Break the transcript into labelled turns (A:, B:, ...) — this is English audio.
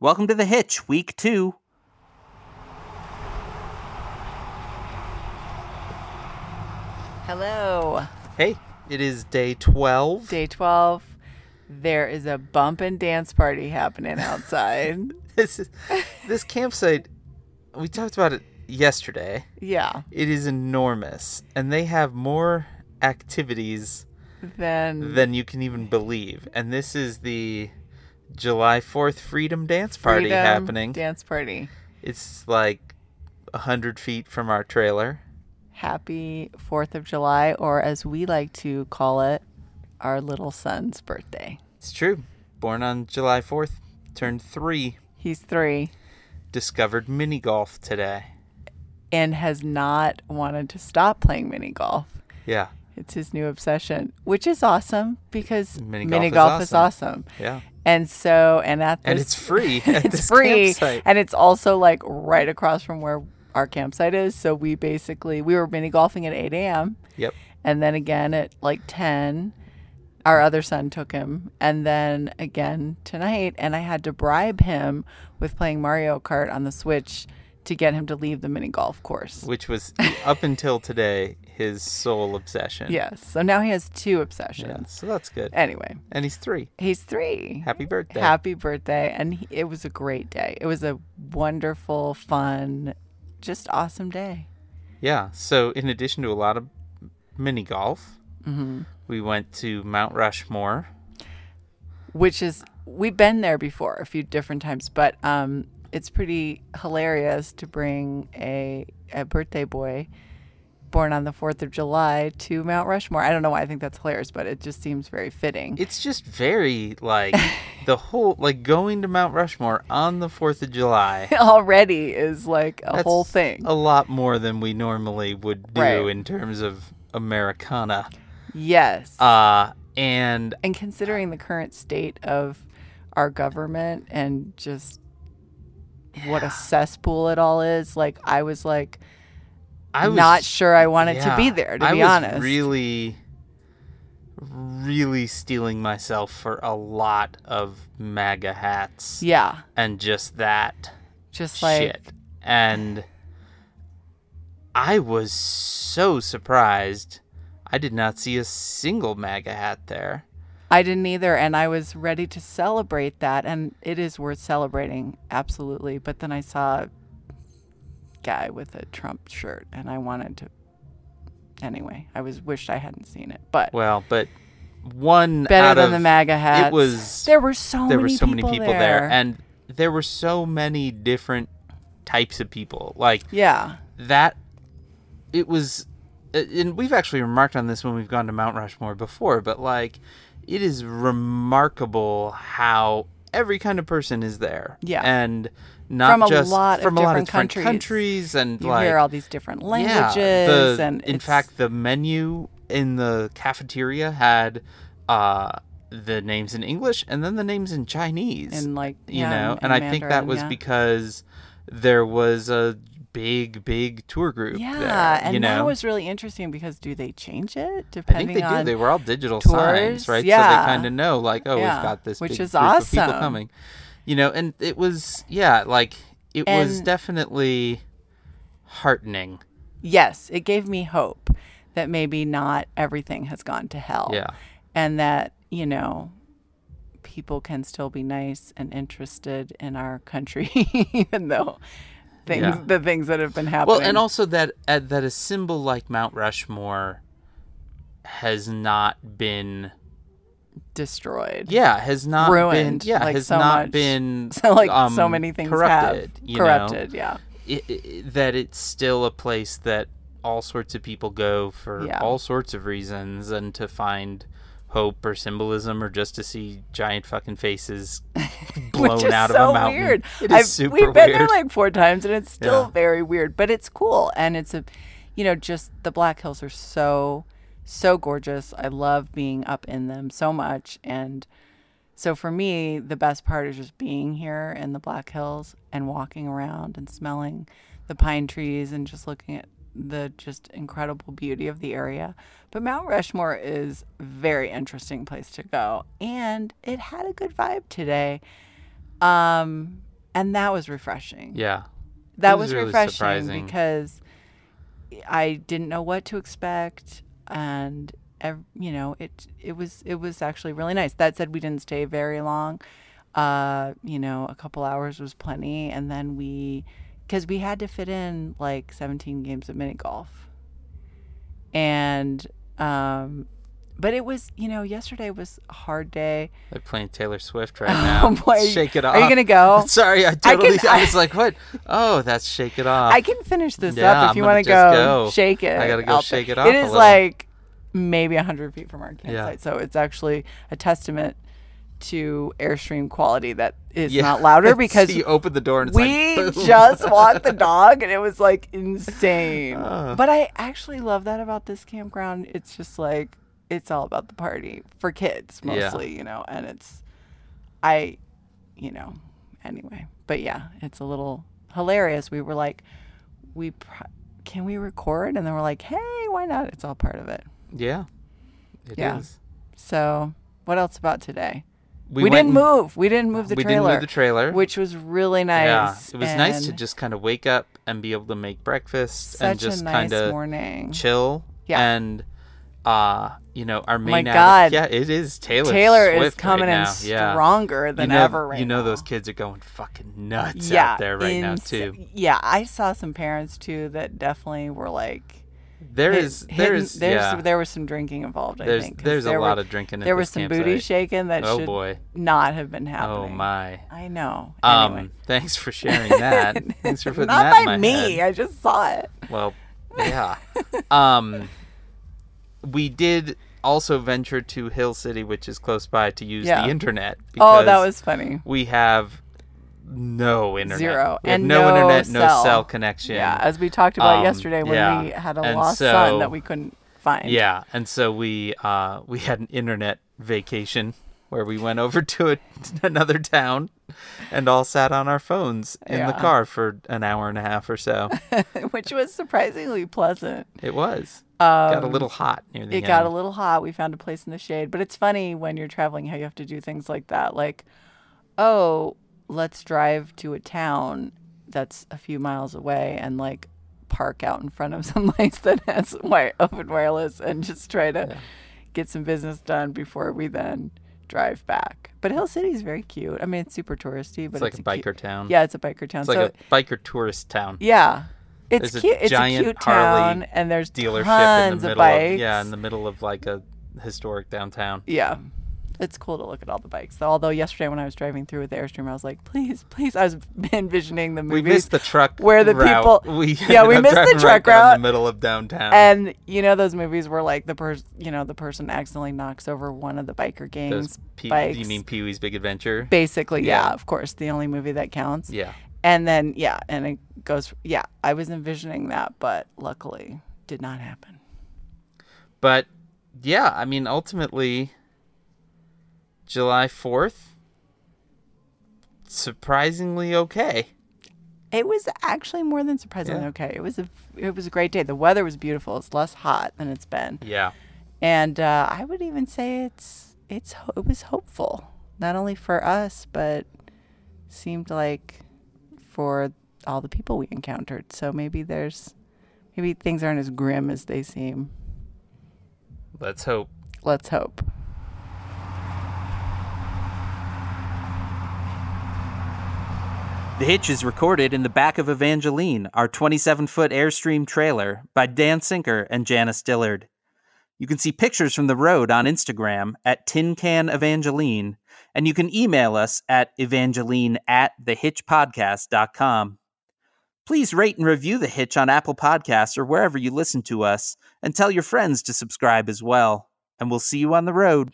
A: Welcome to The Hitch, Week 2.
B: Hello.
C: Hey, it is day 12.
B: Day 12. There is a bump and dance party happening outside.
C: This, is, this campsite, we talked about it yesterday.
B: yeah.
C: It is enormous, and they have more activities
B: Then
C: than you can even believe. And this is the July 4th Freedom Dance Party
B: freedom
C: happening.
B: Dance party.
C: It's like 100 feet from our trailer.
B: Happy 4th of July, or as we like to call it, our little son's birthday.
C: It's true. Born on July 4th, turned three,
B: He's three
C: discovered mini golf today.
B: and has not wanted to stop playing mini golf.
C: Yeah,
B: It's his new obsession, which is awesome because mini,
C: Mini golf is
B: golf is awesome.
C: yeah.
B: And so, and at this
C: And it's free at
B: it's
C: this
B: free
C: campsite.
B: and it's also like right across from where our campsite is so we basically we were mini golfing at 8 a.m
C: Yep.
B: and then again at like 10 our other son took him and then again tonight and i had to bribe him with playing mario kart on the switch to get him to leave the mini golf course
C: which was up until today his sole obsession.
B: yes so now he has two
C: Yeah,
B: obsessions
C: so that's good.
B: anyway
C: And he's three.
B: he's three
C: Happy birthday.
B: Happy birthday. And he, it was a great day. It was a wonderful, fun, just awesome day.
C: yeah. So, in addition to a lot of mini golf,
B: Mm-hmm.
C: we went to Mount Rushmore.
B: Which is, we've been there before a few different times, but um, it's pretty hilarious to bring a, a birthday boy born on the 4th of July to Mount Rushmore. I don't know why I think that's hilarious, but it just seems very fitting.
C: It's just very like the whole, like going to Mount Rushmore on the 4th of July.
B: Already is like a
C: that's
B: whole thing.
C: A lot more than we normally would do
B: Right.
C: in terms of Americana.
B: yes.
C: Uh, and
B: And considering the current state of our government and just what a cesspool it all is, like I was like
C: I was
B: not sure I wanted to
C: Yeah,
B: be there, to
C: I
B: be
C: was
B: honest.
C: Really, really stealing myself for a lot of MAGA hats
B: yeah.
C: and just that
B: Just like
C: shit. And I was so surprised. I did not see a single MAGA hat there.
B: I didn't either and I was ready to celebrate that and it is worth celebrating, absolutely. But then I saw a guy with a Trump shirt and I wanted to anyway, I was wished I hadn't seen it. But
C: Well, but one out
B: better than
C: of,
B: the MAGA hats.
C: It was
B: there were so
C: there
B: many
C: were so
B: people
C: many people there. and there were so many different types of people. Like
B: yeah.
C: that it was and we've actually remarked on this when we've gone to Mount Rushmore before, but like it is remarkable how every kind of person is there.
B: Yeah.
C: And not
B: From a
C: just
B: lot of
C: from a lot of
B: different
C: different
B: countries.
C: countries, and
B: you
C: like
B: hear all these different languages
C: yeah, the-
B: and
C: in
B: it's-
C: fact the menu in the cafeteria had uh the names in English and then the names in Chinese
B: and like
C: you
B: yeah,
C: know and, i think that
B: Mandarin,
C: was
B: yeah.
C: because there was a big big tour group
B: yeah
C: there,
B: and
C: you know
B: that was really interesting because do they change it
C: i think
B: depending
C: they
B: on
C: do they were all digital
B: tours,
C: signs right so
B: yeah.
C: they kind of know like oh
B: Yeah,
C: we've got this
B: which
C: big
B: is
C: group of
B: awesome.
C: people coming you know and it was yeah like it was
B: And-
C: definitely heartening
B: yes it gave me hope that maybe not everything has gone to hell
C: yeah
B: and that you know people can still be nice and interested in our country even though things
C: Yeah.
B: the things that have been happening
C: well and also that uh, that a symbol like mount rushmore has not been
B: destroyed
C: yeah has not
B: Ruined,
C: been yeah
B: like,
C: has
B: so
C: not
B: much.
C: been
B: so like
C: um,
B: so many things
C: corrupted
B: have
C: you know?
B: corrupted yeah
C: i i that it's still a place that all sorts of people go for
B: Yeah.
C: all sorts of reasons and to find hope or symbolism or just to see giant fucking faces blown
B: which is
C: out
B: so
C: of a mountain
B: weird.
C: it is
B: I've-
C: super
B: we've been
C: weird
B: there like four times, and it's still
C: Yeah.
B: very weird, but it's cool. And it's a, you know, just the Black Hills are so, so gorgeous. I love being up in them so much, and so for me, the best part is just being here in the Black Hills and walking around and smelling the pine trees and just looking at the just incredible beauty of the area. But Mount Rushmore is a very interesting place to go and it had a good vibe today. Um and that was refreshing.
C: Yeah.
B: that
C: It
B: was,
C: really
B: refreshing
C: surprising.
B: because I didn't know what to expect, and ev- you know, it it was it was actually really nice. That said, we didn't stay very long. Uh, you know, a couple hours was plenty, and then we, because we had to fit in like 17 games of mini golf, and um, but it was you know, yesterday was a hard day.
C: They're playing Taylor Swift right now.
B: Oh boy.
C: Shake it off.
B: Are you gonna go?
C: Sorry, I totally. I,
B: can-
C: was like, what? Oh, that's Shake It Off.
B: I can finish this
C: Yeah,
B: up
C: I'm
B: if you
C: gonna
B: want to
C: just
B: go,
C: go.
B: shake it.
C: I gotta go
B: out
C: shake
B: there.
C: it off
B: It
C: a
B: is
C: little.
B: like maybe hundred feet from our campsite, so it's actually a testament to airstream quality that is
C: Yeah.
B: not louder
C: So
B: because
C: you open the door and it's
B: we
C: like, boom.
B: just walked the dog and it was like insane.
C: Ah.
B: But I actually love that about this campground. It's just like it's all about the party for kids
C: Yeah.
B: mostly, you know, and it's I you know, anyway. But yeah, it's a little hilarious. We were like we pro- can we record and then we're like, "Hey, why not? It's all part of it."
C: Yeah. It is.
B: Yeah. So, what else about today? We,
C: went
B: didn't
C: and-
B: move. We didn't move the
C: we
B: trailer.
C: didn't move the trailer.
B: Which was really nice.
C: yeah, it was nice to
B: and-
C: just kind of wake up and be able to make breakfast
B: such
C: and just
B: a nice
C: kind of
B: morning.
C: chill.
B: Yeah.
C: And uh, you know, our main
B: my
C: added-
B: God.
C: Yeah, it is Taylor.
B: Taylor is
C: Swift right
B: coming in
C: now. Yeah.
B: stronger than
C: you know,
B: ever right
C: You know those
B: now.
C: kids are going fucking nuts
B: yeah,
C: out there right now
B: ins-
C: too.
B: Yeah, I saw some parents too that definitely were like
C: There
B: hit-
C: is there
B: hidden-
C: is
B: there's
C: yeah.
B: there was some drinking involved. I
C: there's
B: think 'cause
C: there's a
B: there were-
C: lot of drinking. at
B: there was
C: this
B: some booty
C: campsite.
B: shaking that
C: Oh
B: should
C: boy.
B: not have been
C: Oh
B: happening.
C: my.
B: I know.
C: Um,
B: Anyway.
C: thanks for sharing that. thanks for putting
B: not
C: that in
B: by
C: my
B: me.
C: head.
B: I just saw it.
C: Well, yeah. um, we did also venture to Hill City, which is close by, to use
B: Yeah.
C: the internet.
B: Oh, that
C: because
B: was funny.
C: we have no internet.
B: Zero.
C: We have
B: And
C: no,
B: no
C: internet, no
B: cell.
C: cell connection.
B: Yeah, as we talked about
C: Um,
B: yesterday when
C: yeah,
B: we had a
C: and
B: lost son
C: so-
B: that we couldn't find.
C: Yeah, and so we uh, we had an internet vacation where we went over to a, another town and all sat on our phones in the
B: Yeah.
C: car for an hour and a half or so.
B: which was surprisingly pleasant.
C: It was
B: Um,
C: got a little hot near the
B: it
C: end.
B: got a little hot. We found a place in the shade, but it's funny when you're traveling how you have to do things like that. Like, oh, let's drive to a town that's a few miles away and like park out in front of some place that has wire, open wireless and just try to get some business done before we then drive back. But Hill City is very cute. I mean, it's super touristy, but
C: it's
B: it's,
C: like a biker
B: cute-
C: town.
B: Yeah, it's a biker town.
C: it's like
B: so
C: a biker tourist town
B: Yeah. It's
C: There's a
B: cute. It's a
C: giant
B: cute
C: Harley
B: town, and there's
C: dealership in
B: tons
C: the
B: of
C: middle.
B: bikes.
C: Of, yeah, in the middle of like a historic downtown.
B: yeah. Um, It's cool to look at all the bikes. Though, although yesterday when I was driving through with the Airstream, I was like, please, please. I was envisioning the
C: We
B: movies.
C: missed the truck
B: where the
C: route.
B: people-
C: We
B: Yeah,
C: ended
B: we
C: up
B: missed the
C: driving
B: truck
C: right down
B: route.
C: the middle of downtown.
B: and you know those movies where like the person, you know, the person accidentally knocks over one of the biker
C: Those
B: gangs
C: Pee-
B: bikes.
C: you mean Pee Wee's Big Adventure?
B: Basically, yeah.
C: Yeah.
B: of course, the only movie that counts.
C: yeah.
B: And then yeah, and it goes yeah. I was envisioning that, but luckily, did not happen.
C: But yeah, I mean, ultimately, July 4th, surprisingly okay.
B: It was actually more than surprisingly
C: Yeah.
B: okay. It was a it was a great day. The weather was beautiful. It's less hot than it's been,
C: Yeah.
B: and uh, I would even say it's it's ho- it was hopeful not only for us but seemed like for all the people we encountered. So maybe there's maybe things aren't as grim as they seem.
C: Let's hope.
B: Let's hope.
A: The Hitch is recorded in the back of Evangeline, our 27 foot Airstream trailer, by Dan Sinker and Janice Dillard. You can see pictures from the road on Instagram at Tin Can Evangeline, and you can email us at evangeline at thehitchpodcast.com. Please rate and review The Hitch on Apple Podcasts or wherever you listen to us, and tell your friends to subscribe as well. And we'll see you on the road.